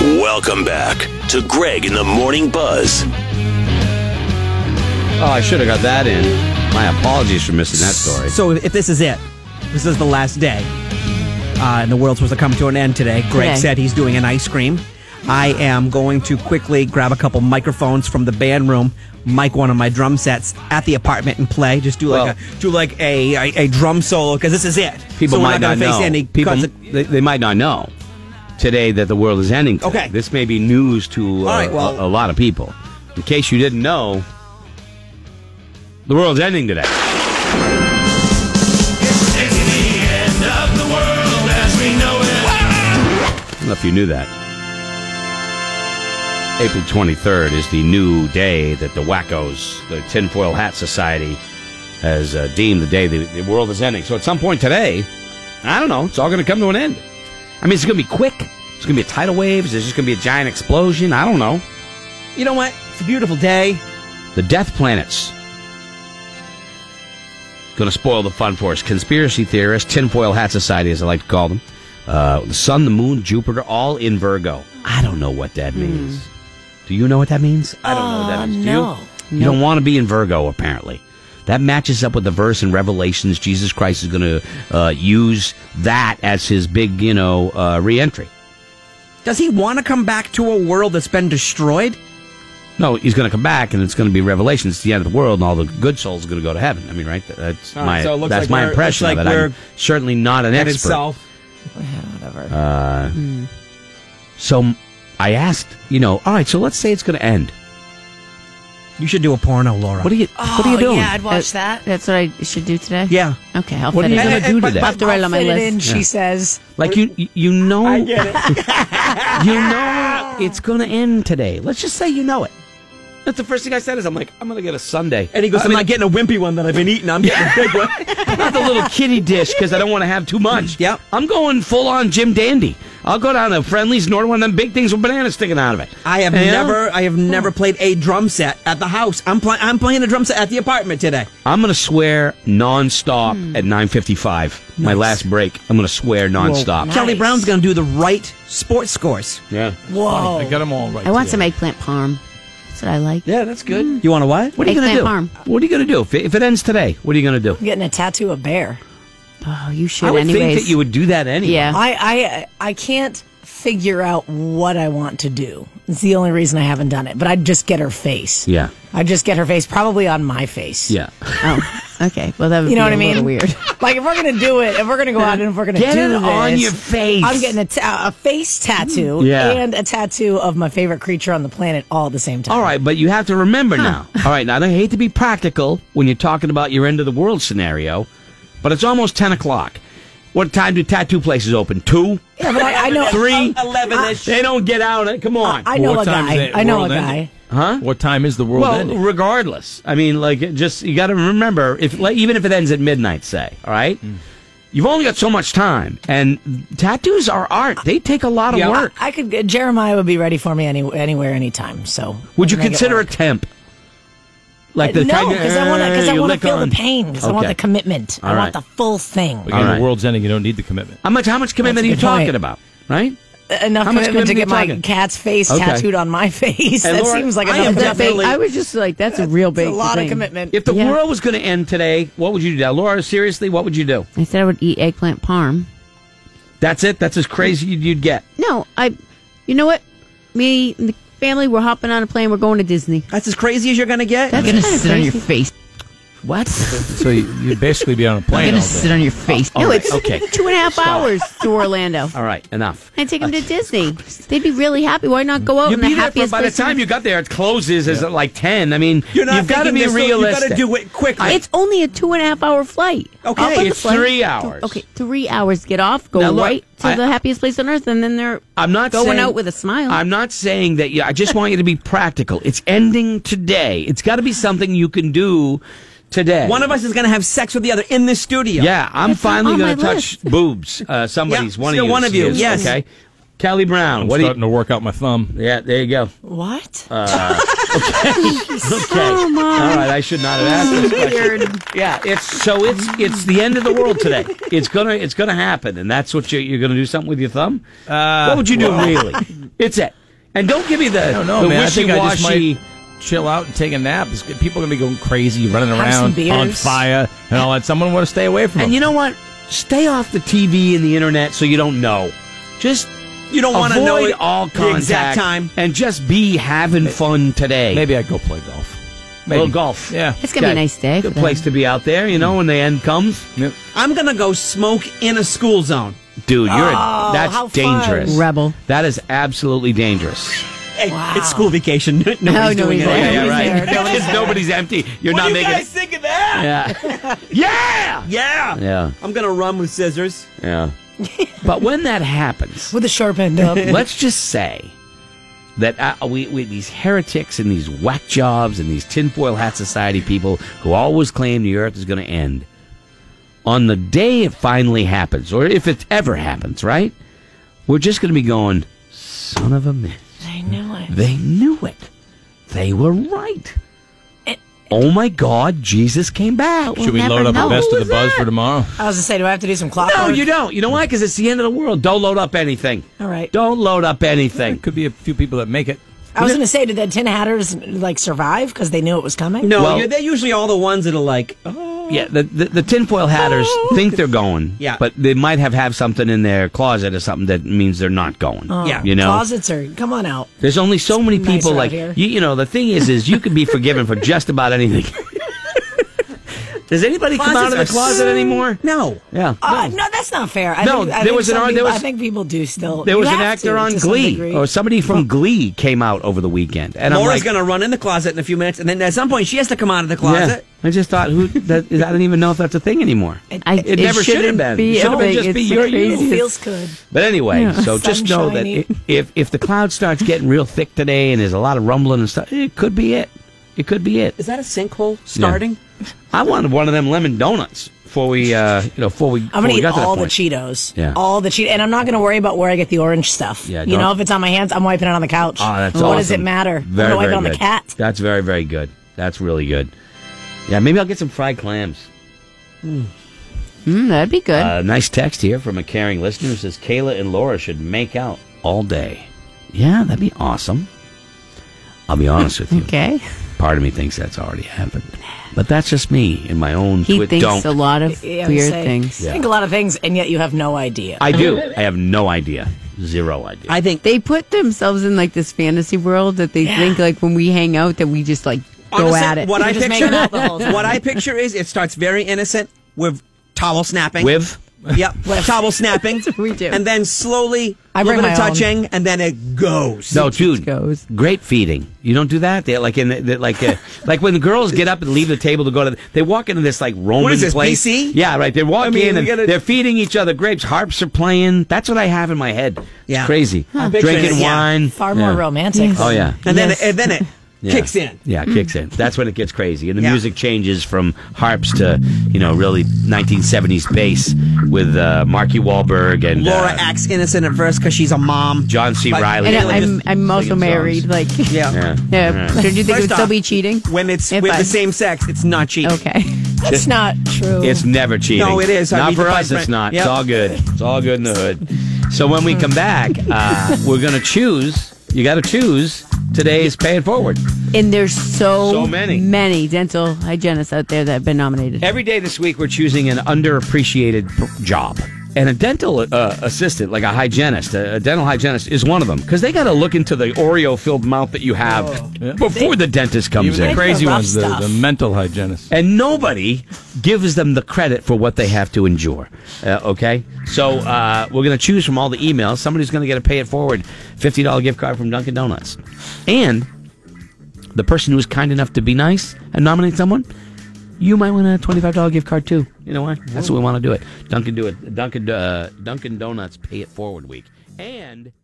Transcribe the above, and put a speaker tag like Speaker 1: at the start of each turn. Speaker 1: Welcome back to Greg in the Morning Buzz.
Speaker 2: Oh, I should have got that in. My apologies for missing that story.
Speaker 3: So if this is it, this is the last day, uh, and the world's supposed to come to an end today. Greg
Speaker 4: Today.
Speaker 3: said he's doing an ice cream. I am going to quickly grab a couple microphones from the band room, mic one of my drum sets at the apartment and play. Just do like
Speaker 2: Well-
Speaker 3: a do like a a, a drum solo because this is it.
Speaker 2: People
Speaker 3: So we're
Speaker 2: might not,
Speaker 3: gonna face
Speaker 2: know.
Speaker 3: Any
Speaker 2: People,
Speaker 3: conse-
Speaker 2: they, they might not know today that the world is ending. today.
Speaker 3: Okay.
Speaker 2: This may be news to uh,
Speaker 3: All right, well-
Speaker 2: a, a lot of people. In case you didn't know, the world's ending today. I don't know if you knew that. April 23rd is the new day that the Wackos, the Tinfoil Hat Society, has uh, deemed the day the, the world is ending. So at some point today, I don't know, it's all going to come to an end. I mean, it's going to be quick. It's going to be a tidal wave. Is there just going to be a giant explosion? I don't know.
Speaker 3: you know what? It's a beautiful day.
Speaker 2: The Death Planets. Going to spoil the fun for us. Conspiracy theorists, tinfoil hat society, as I like to call them. Uh, the sun, the moon, Jupiter, all in Virgo. I don't know what that means. Do you know what that means? I don't know what that
Speaker 4: Hmm. Uh,
Speaker 2: means.
Speaker 4: no.
Speaker 2: Do you? You don't want to be in Virgo, apparently. That matches up with the verse in Revelations. Jesus Christ is going to uh, use that as his big, you know, uh, reentry.
Speaker 3: Does he want to come back to a world that's been destroyed?
Speaker 2: No, he's going to come back, and it's going to be Revelation. It's the end of the world, and all the good souls are going to go to heaven. I mean, right? That's
Speaker 3: All right,
Speaker 2: my
Speaker 3: so it looks
Speaker 2: that's
Speaker 3: like
Speaker 2: my
Speaker 3: we're-
Speaker 2: impression
Speaker 3: looks
Speaker 2: of
Speaker 3: like
Speaker 2: it. I'm
Speaker 3: we're
Speaker 2: certainly not an expert.
Speaker 4: Whatever.
Speaker 2: Uh, So I asked, you know, all right. So let's say it's going to end.
Speaker 3: You should do a porno, Laura.
Speaker 2: What are you? what are you doing?
Speaker 5: Oh, Yeah, I'd
Speaker 4: Uh,
Speaker 5: watch that.
Speaker 4: That's what I should do today.
Speaker 3: Yeah.
Speaker 4: Okay, I'll
Speaker 2: What
Speaker 4: fit
Speaker 2: are you
Speaker 4: it
Speaker 2: going
Speaker 4: in.
Speaker 2: to do
Speaker 5: But-
Speaker 2: today?
Speaker 4: I'll have to write it on my
Speaker 5: fit
Speaker 4: list.
Speaker 5: in, she says.
Speaker 2: Like you, you know,
Speaker 3: it.
Speaker 2: you know, it's going to end today. Let's just say you know it. That's the first thing I said is I'm like I'm going to get a Sunday.
Speaker 3: and he goes,
Speaker 2: I
Speaker 3: I'm
Speaker 2: mean,
Speaker 3: not getting a wimpy one that I've been eating. I'm getting a big one.
Speaker 2: not the little kitty dish because I don't want to have too much.
Speaker 3: Mm, Yep.
Speaker 2: I'm going full on Jim Dandy. I'll go down to Friendly's and order one of them big things with bananas sticking out of it.
Speaker 3: I have
Speaker 2: You know?
Speaker 3: never, I have
Speaker 2: Hmm.
Speaker 3: never played a drum set at the house. I'm playing, I'm playing a drum set at the apartment today.
Speaker 2: I'm gonna swear nonstop
Speaker 4: Hmm.
Speaker 2: at 9:55. My last break. I'm gonna swear nonstop.
Speaker 3: Kelly
Speaker 4: Nice.
Speaker 3: Brown's going to do the right sports scores.
Speaker 2: Yeah.
Speaker 5: Whoa.
Speaker 6: I got them all right.
Speaker 4: I want
Speaker 6: today.
Speaker 4: some Mm. eggplant parm. That's what I like.
Speaker 2: Yeah, that's good.
Speaker 3: You want to what?
Speaker 2: What are you gonna do?
Speaker 4: Eggplant
Speaker 2: What are you gonna do if it, if it ends today? What are you gonna do?
Speaker 5: I'm getting a tattoo of bear.
Speaker 4: Oh, you should.
Speaker 2: I would
Speaker 4: anyways.
Speaker 2: think that you would do that anyway.
Speaker 4: Yeah.
Speaker 5: I, I I can't figure out what I want to do. It's the only reason I haven't done it. But I'd just get her face.
Speaker 2: Yeah.
Speaker 5: I'd just get her face, probably on my face.
Speaker 2: Yeah.
Speaker 4: Oh, okay. Well, that would
Speaker 5: You know
Speaker 4: be
Speaker 5: what I
Speaker 4: a
Speaker 5: mean?
Speaker 4: little weird.
Speaker 5: Like if we're gonna do it, if we're gonna go out and if we're gonna
Speaker 2: Get
Speaker 5: do
Speaker 2: it
Speaker 5: this,
Speaker 2: on your face. Mm.
Speaker 5: I'm getting a, ta- a face tattoo
Speaker 2: Yeah.
Speaker 5: and a tattoo of my favorite creature on the planet all at the same time.
Speaker 2: All right, but you have to remember now. All right, now I hate to be practical when you're talking about your end of the world scenario, but it's almost 10 o'clock. What time do tattoo places open? Two?
Speaker 5: Yeah, but I, I know
Speaker 2: Three?
Speaker 3: Eleven-ish.
Speaker 2: They don't get out. Come on.
Speaker 5: I know
Speaker 6: What
Speaker 5: a
Speaker 6: time's
Speaker 5: guy.
Speaker 6: the
Speaker 5: I know a
Speaker 6: world
Speaker 5: guy.
Speaker 6: ending? What time is the world
Speaker 2: well,
Speaker 6: ending?
Speaker 2: regardless. I mean, like, it just, you got to remember, if like, even if it ends at midnight, say, all right?
Speaker 5: Mm.
Speaker 2: You've only got so much time, and tattoos are art. They take a lot of
Speaker 5: I-
Speaker 2: work.
Speaker 5: I, could. Jeremiah would be ready for me any, anywhere, anytime. So
Speaker 2: Would you
Speaker 5: I can make
Speaker 2: consider a
Speaker 5: work.
Speaker 2: temp? Like the
Speaker 5: no,
Speaker 2: kind
Speaker 5: because I want to. Because
Speaker 2: uh,
Speaker 5: I
Speaker 2: you
Speaker 5: want to
Speaker 2: lick
Speaker 5: feel
Speaker 2: on.
Speaker 5: the pain. 'cause I want
Speaker 2: Okay.
Speaker 5: the commitment.
Speaker 2: All
Speaker 5: I
Speaker 2: right.
Speaker 5: want the full thing.
Speaker 6: Again,
Speaker 2: All right.
Speaker 6: the world's ending. You don't need the commitment.
Speaker 2: How much? How much commitment are you
Speaker 5: That's a good
Speaker 2: talking
Speaker 5: point.
Speaker 2: about? Right?
Speaker 5: Uh, Enough
Speaker 2: How much
Speaker 5: commitment to
Speaker 2: commitment
Speaker 5: get
Speaker 2: are
Speaker 5: my
Speaker 2: you talking?
Speaker 5: cat's face
Speaker 2: Okay.
Speaker 5: tattooed on my face.
Speaker 2: And
Speaker 5: that
Speaker 2: Laura,
Speaker 5: seems like
Speaker 3: I
Speaker 5: enough
Speaker 3: am
Speaker 4: That
Speaker 5: commitment.
Speaker 3: definitely-
Speaker 4: big- I was just like, that's a real big.
Speaker 5: a lot
Speaker 4: thing.
Speaker 5: of commitment.
Speaker 2: If the
Speaker 4: Yeah.
Speaker 2: world was going to end today, what would you do, Laura? Seriously, what would you do?
Speaker 4: I said I would eat eggplant parm.
Speaker 2: That's it. That's as crazy you'd, you'd get.
Speaker 4: No, I. You know what? Me and the family, we're hopping on a plane. We're going to Disney.
Speaker 3: That's as crazy as you're going to get.
Speaker 4: That's
Speaker 7: gonna
Speaker 4: kind of
Speaker 7: sit on your
Speaker 4: crazy.
Speaker 7: face.
Speaker 4: What?
Speaker 6: So you, you'd basically be on a
Speaker 7: I'm
Speaker 6: plane
Speaker 7: gonna
Speaker 6: all day.
Speaker 7: sit on your face.
Speaker 2: All
Speaker 4: no,
Speaker 2: right,
Speaker 4: it's
Speaker 2: okay.
Speaker 4: two and a half
Speaker 2: Stop.
Speaker 4: hours to Orlando.
Speaker 2: All right, enough.
Speaker 4: I take them to Disney. They'd be really happy. Why not go out
Speaker 2: You'd
Speaker 4: in Oh,
Speaker 2: be there
Speaker 4: the
Speaker 2: for,
Speaker 4: happiest
Speaker 2: by the
Speaker 4: place in-
Speaker 2: time you got there, it closes as at like ten. I mean,
Speaker 3: You're not
Speaker 2: you've got to
Speaker 3: thinking
Speaker 2: be
Speaker 3: this through. You gotta
Speaker 2: realistic.
Speaker 3: do it quickly. I-
Speaker 4: It's only a two and a half hour flight.
Speaker 3: Okay.
Speaker 4: Hop on the
Speaker 2: It's
Speaker 4: plane.
Speaker 2: three hours.
Speaker 4: Okay, three hours. Get off, go
Speaker 2: Now, look,
Speaker 4: right to
Speaker 2: I-
Speaker 4: the happiest place on earth, and then they're
Speaker 2: I'm not
Speaker 4: going
Speaker 2: saying-
Speaker 4: out with a smile.
Speaker 2: I'm not saying that. You, I just want you to be practical. It's ending today. It's got to be something you can do today.
Speaker 3: One of us is going to have sex with the other in this studio.
Speaker 2: Yeah, I'm
Speaker 4: That's
Speaker 2: finally
Speaker 4: on
Speaker 2: going to
Speaker 4: my
Speaker 2: touch boobs. Uh, somebody's
Speaker 3: Yeah,
Speaker 2: one
Speaker 3: still
Speaker 2: of you.
Speaker 3: one of you,
Speaker 2: is,
Speaker 3: yes.
Speaker 2: Okay. Kelly Brown.
Speaker 6: I'm
Speaker 2: what do you?
Speaker 6: starting to work out my thumb.
Speaker 2: Yeah, there you go.
Speaker 5: What?
Speaker 2: Uh, Okay.
Speaker 4: Oh,
Speaker 2: All right, I should not have asked this question. Yeah, it's so it's it's the end of the world today. It's gonna it's
Speaker 6: Uh,
Speaker 2: gonna happen, and that's what you're, you're gonna do something with your thumb. what would you do really? It's it. And don't give me the,
Speaker 6: I don't know,
Speaker 2: the
Speaker 6: man. I think I just
Speaker 2: wishy-washy.
Speaker 6: might chill out and take a nap. It's- People are gonna be going crazy, running
Speaker 5: Have some
Speaker 6: around on
Speaker 5: beers.
Speaker 6: fire and all that. Someone want to stay away from
Speaker 2: and
Speaker 6: them.
Speaker 2: you know what? Stay off the TV and the internet so you don't know. Just
Speaker 3: You don't want to
Speaker 2: avoid
Speaker 3: know it-
Speaker 2: all
Speaker 3: the
Speaker 2: contact
Speaker 3: exact time.
Speaker 2: and just be having fun today.
Speaker 6: Maybe I go play golf.
Speaker 2: a
Speaker 6: Maybe
Speaker 2: little golf.
Speaker 6: Yeah.
Speaker 4: It's gonna be a
Speaker 2: Okay.
Speaker 4: nice day.
Speaker 2: Good
Speaker 4: for
Speaker 2: place to be out there, you know, when the end comes.
Speaker 6: Yep.
Speaker 3: I'm gonna go smoke in a school zone.
Speaker 2: Dude, you're a,
Speaker 5: how
Speaker 2: that's
Speaker 5: fun.
Speaker 2: dangerous.
Speaker 4: Rebel.
Speaker 2: That is absolutely dangerous.
Speaker 3: Hey,
Speaker 5: Wow.
Speaker 3: It's school vacation. Nobody's
Speaker 5: Oh,
Speaker 4: No,
Speaker 3: doing
Speaker 4: nobody's
Speaker 3: it.
Speaker 4: there. Yeah, yeah,
Speaker 2: right.
Speaker 4: there.
Speaker 2: Nobody's, nobody's empty. You're
Speaker 3: What
Speaker 2: not
Speaker 3: do you
Speaker 2: making
Speaker 3: guys think of that?
Speaker 2: Yeah. yeah.
Speaker 3: Yeah.
Speaker 2: Yeah.
Speaker 3: I'm gonna run with scissors.
Speaker 2: Yeah. but when that happens,
Speaker 5: with a sharp end up.
Speaker 2: let's just say that uh, we, we these heretics and these whack jobs and these tinfoil hat society people who always claim the earth is going to end on the day it finally happens or if it ever happens right we're just going to be going son of a man
Speaker 5: I know it.
Speaker 2: they knew it they were right oh my god jesus came back
Speaker 4: We'll
Speaker 6: Should we
Speaker 4: never
Speaker 6: load up
Speaker 4: know.
Speaker 6: the best
Speaker 4: Who
Speaker 6: of the
Speaker 4: was
Speaker 6: buzz
Speaker 4: that?
Speaker 6: for tomorrow?
Speaker 5: I was gonna say, do I have to do some clock?
Speaker 2: no
Speaker 5: work?
Speaker 2: you don't you know why because it's the end of the world don't load up anything
Speaker 5: All right.
Speaker 2: don't load up
Speaker 6: There
Speaker 2: anything
Speaker 6: could be a few people that make it.
Speaker 5: I was gonna say, did the Tin Hatters like survive because they knew it was coming?
Speaker 3: No,
Speaker 2: Well-
Speaker 3: you they're usually all the ones that are like, oh.
Speaker 2: Yeah, the, the, the tinfoil hatters think they're going.
Speaker 3: Yeah.
Speaker 2: But they might have, have something in their closet or something that means they're not going.
Speaker 3: Yeah.
Speaker 2: You know?
Speaker 5: closets are come on out.
Speaker 2: There's only so many
Speaker 5: nicer
Speaker 2: people
Speaker 5: out
Speaker 2: like,
Speaker 5: here.
Speaker 2: you, you know, the thing is, is you can be forgiven for just about anything. Does anybody come out of the
Speaker 3: Closets are
Speaker 2: closet
Speaker 3: so-
Speaker 2: anymore?
Speaker 3: No.
Speaker 2: Yeah.
Speaker 5: Uh, no, that's not fair. I
Speaker 2: No,
Speaker 5: think, I
Speaker 2: there
Speaker 5: think
Speaker 2: was an
Speaker 5: some
Speaker 2: ar- there
Speaker 5: people-
Speaker 2: was-
Speaker 5: I think people do still.
Speaker 2: There
Speaker 5: You
Speaker 2: was an
Speaker 5: have
Speaker 2: actor
Speaker 5: to,
Speaker 2: on
Speaker 5: to some
Speaker 2: Glee, Oh,
Speaker 5: degree.
Speaker 2: or somebody from Glee came out over the weekend, and
Speaker 3: Laura's
Speaker 2: I'm like,
Speaker 3: gonna run in the closet in a few minutes, and then at some point she has to come out of the
Speaker 2: yeah.
Speaker 3: closet.
Speaker 2: I just thought, who? That, I don't even know if that's a thing anymore.
Speaker 4: I,
Speaker 2: It never should have
Speaker 4: shouldn't
Speaker 2: been.
Speaker 4: Be
Speaker 2: It should have
Speaker 4: a
Speaker 2: been
Speaker 4: thing.
Speaker 2: just
Speaker 4: It's
Speaker 2: be
Speaker 4: the
Speaker 2: your you.
Speaker 5: It
Speaker 4: craziest-
Speaker 5: feels good.
Speaker 2: But anyway,
Speaker 4: Yeah.
Speaker 2: so just know that
Speaker 5: Sunshiny.
Speaker 2: i- if if the cloud starts getting real thick today and there's a lot of rumbling and stuff, it could be it. It could be it.
Speaker 3: Is that a sinkhole starting?
Speaker 2: I wanted one of them lemon donuts before we, uh, you know, before we.
Speaker 5: I'm
Speaker 2: before
Speaker 5: gonna
Speaker 2: we
Speaker 5: eat
Speaker 2: got to that
Speaker 5: all the
Speaker 2: point.
Speaker 5: Cheetos.
Speaker 2: Yeah.
Speaker 5: All the Cheetos. And I'm not gonna worry about where I get the orange stuff.
Speaker 2: Yeah,
Speaker 5: you know,
Speaker 2: don't-
Speaker 5: if it's on my hands, I'm wiping it on the couch.
Speaker 2: Oh, that's
Speaker 5: What
Speaker 2: awesome.
Speaker 5: does it matter?
Speaker 2: Very,
Speaker 5: I'm gonna wipe
Speaker 2: very
Speaker 5: it on
Speaker 2: good.
Speaker 5: the cat.
Speaker 2: That's very, very good. That's really good. Yeah, maybe I'll get some fried clams.
Speaker 4: Mm, that'd be good.
Speaker 2: A nice text here from a caring listener who says Kayla and Laura should make out all day. Yeah, that'd be awesome. I'll be honest with you.
Speaker 4: okay.
Speaker 2: Part of me thinks that's already happened, but that's just me in my own.
Speaker 4: He
Speaker 2: twi-
Speaker 4: thinks
Speaker 2: don't.
Speaker 4: a lot of
Speaker 5: Yeah, I would
Speaker 4: weird
Speaker 5: say-
Speaker 4: things.
Speaker 5: I think a lot of things, and yet you have no idea.
Speaker 2: I do. I have no idea. Zero idea.
Speaker 3: I think
Speaker 4: They put themselves in like this fantasy world that they think like when we hang out that we just like go
Speaker 3: Honestly,
Speaker 4: at it.
Speaker 3: What I
Speaker 5: just
Speaker 3: picture,
Speaker 5: making out the whole time.
Speaker 3: what I picture is it starts very innocent with towel snapping.
Speaker 2: With
Speaker 3: Yep, towel snapping.
Speaker 4: we do.
Speaker 3: And then slowly,
Speaker 5: I
Speaker 3: a little bit
Speaker 5: bring
Speaker 3: of
Speaker 5: my own.
Speaker 3: touching, and then it goes.
Speaker 2: no, dude.
Speaker 4: goes.
Speaker 2: Grape feeding. You don't do that. They're like in the, they're like uh, like when the girls get up and leave the table to go to. The, they walk into this like Roman
Speaker 3: What is this,
Speaker 2: place.
Speaker 3: BC?
Speaker 2: Yeah, right. They walk
Speaker 3: I mean,
Speaker 2: in
Speaker 3: we
Speaker 2: and
Speaker 3: gotta-
Speaker 2: they're feeding each other grapes. Harps are playing. That's what I have in my head. It's
Speaker 3: Yeah.
Speaker 2: crazy.
Speaker 3: I'm picturing
Speaker 2: Drinking
Speaker 3: it, yeah.
Speaker 2: wine.
Speaker 5: Far more
Speaker 2: Yeah.
Speaker 5: romantic.
Speaker 2: Oh yeah.
Speaker 3: And then,
Speaker 4: Yes.
Speaker 3: and then it kicks in.
Speaker 2: Yeah, it kicks in. That's when it gets crazy, and the
Speaker 3: Yeah.
Speaker 2: music changes from harps to you know really 1970s bass with uh, Marky Wahlberg and
Speaker 3: Laura
Speaker 2: uh,
Speaker 3: acts innocent at first because she's a mom.
Speaker 2: John C.
Speaker 3: But-
Speaker 2: Riley.
Speaker 4: and
Speaker 3: Really
Speaker 4: I'm,
Speaker 3: just
Speaker 4: I'm also
Speaker 2: singing songs.
Speaker 4: married. Like,
Speaker 3: Yeah.
Speaker 2: Yeah.
Speaker 4: yeah. So do you think it
Speaker 3: First
Speaker 4: would still
Speaker 3: off,
Speaker 4: be cheating?
Speaker 3: When it's
Speaker 4: If
Speaker 3: with
Speaker 4: I-
Speaker 3: the same sex, it's not cheating.
Speaker 4: Okay.
Speaker 5: That's not true.
Speaker 2: It's never cheating.
Speaker 3: No, it is. I
Speaker 2: Not
Speaker 3: mean,
Speaker 2: for
Speaker 3: the
Speaker 2: us.
Speaker 3: vibrant-
Speaker 2: It's not.
Speaker 3: Yep.
Speaker 2: It's all good. It's all good in the hood. So when we come back, uh, we're gonna choose. You got to choose today's pay it forward.
Speaker 4: And there's so,
Speaker 2: So many.
Speaker 4: many dental hygienists out there that have been nominated.
Speaker 2: Every day this week, we're choosing an underappreciated p- job. And a dental uh, assistant, like a hygienist, a, a dental hygienist, is one of them because they got to look into the Oreo-filled mouth that you have before the dentist comes
Speaker 6: Oh. Even the
Speaker 2: in.
Speaker 6: crazy
Speaker 5: rough
Speaker 6: ones, the,
Speaker 5: stuff.
Speaker 6: the mental hygienists.
Speaker 2: and nobody gives them the credit for what they have to endure. Uh, okay, so uh, we're going to choose from all the emails. Somebody's going to get a pay it forward fifty dollar gift card from Dunkin' Donuts, and the person who is kind enough to be nice and nominate someone. You might win a twenty-five dollar gift card too. You know why? That's what we want to do it. Dunkin' do it. Dunkin' uh, Dunkin' Donuts pay it forward week, and.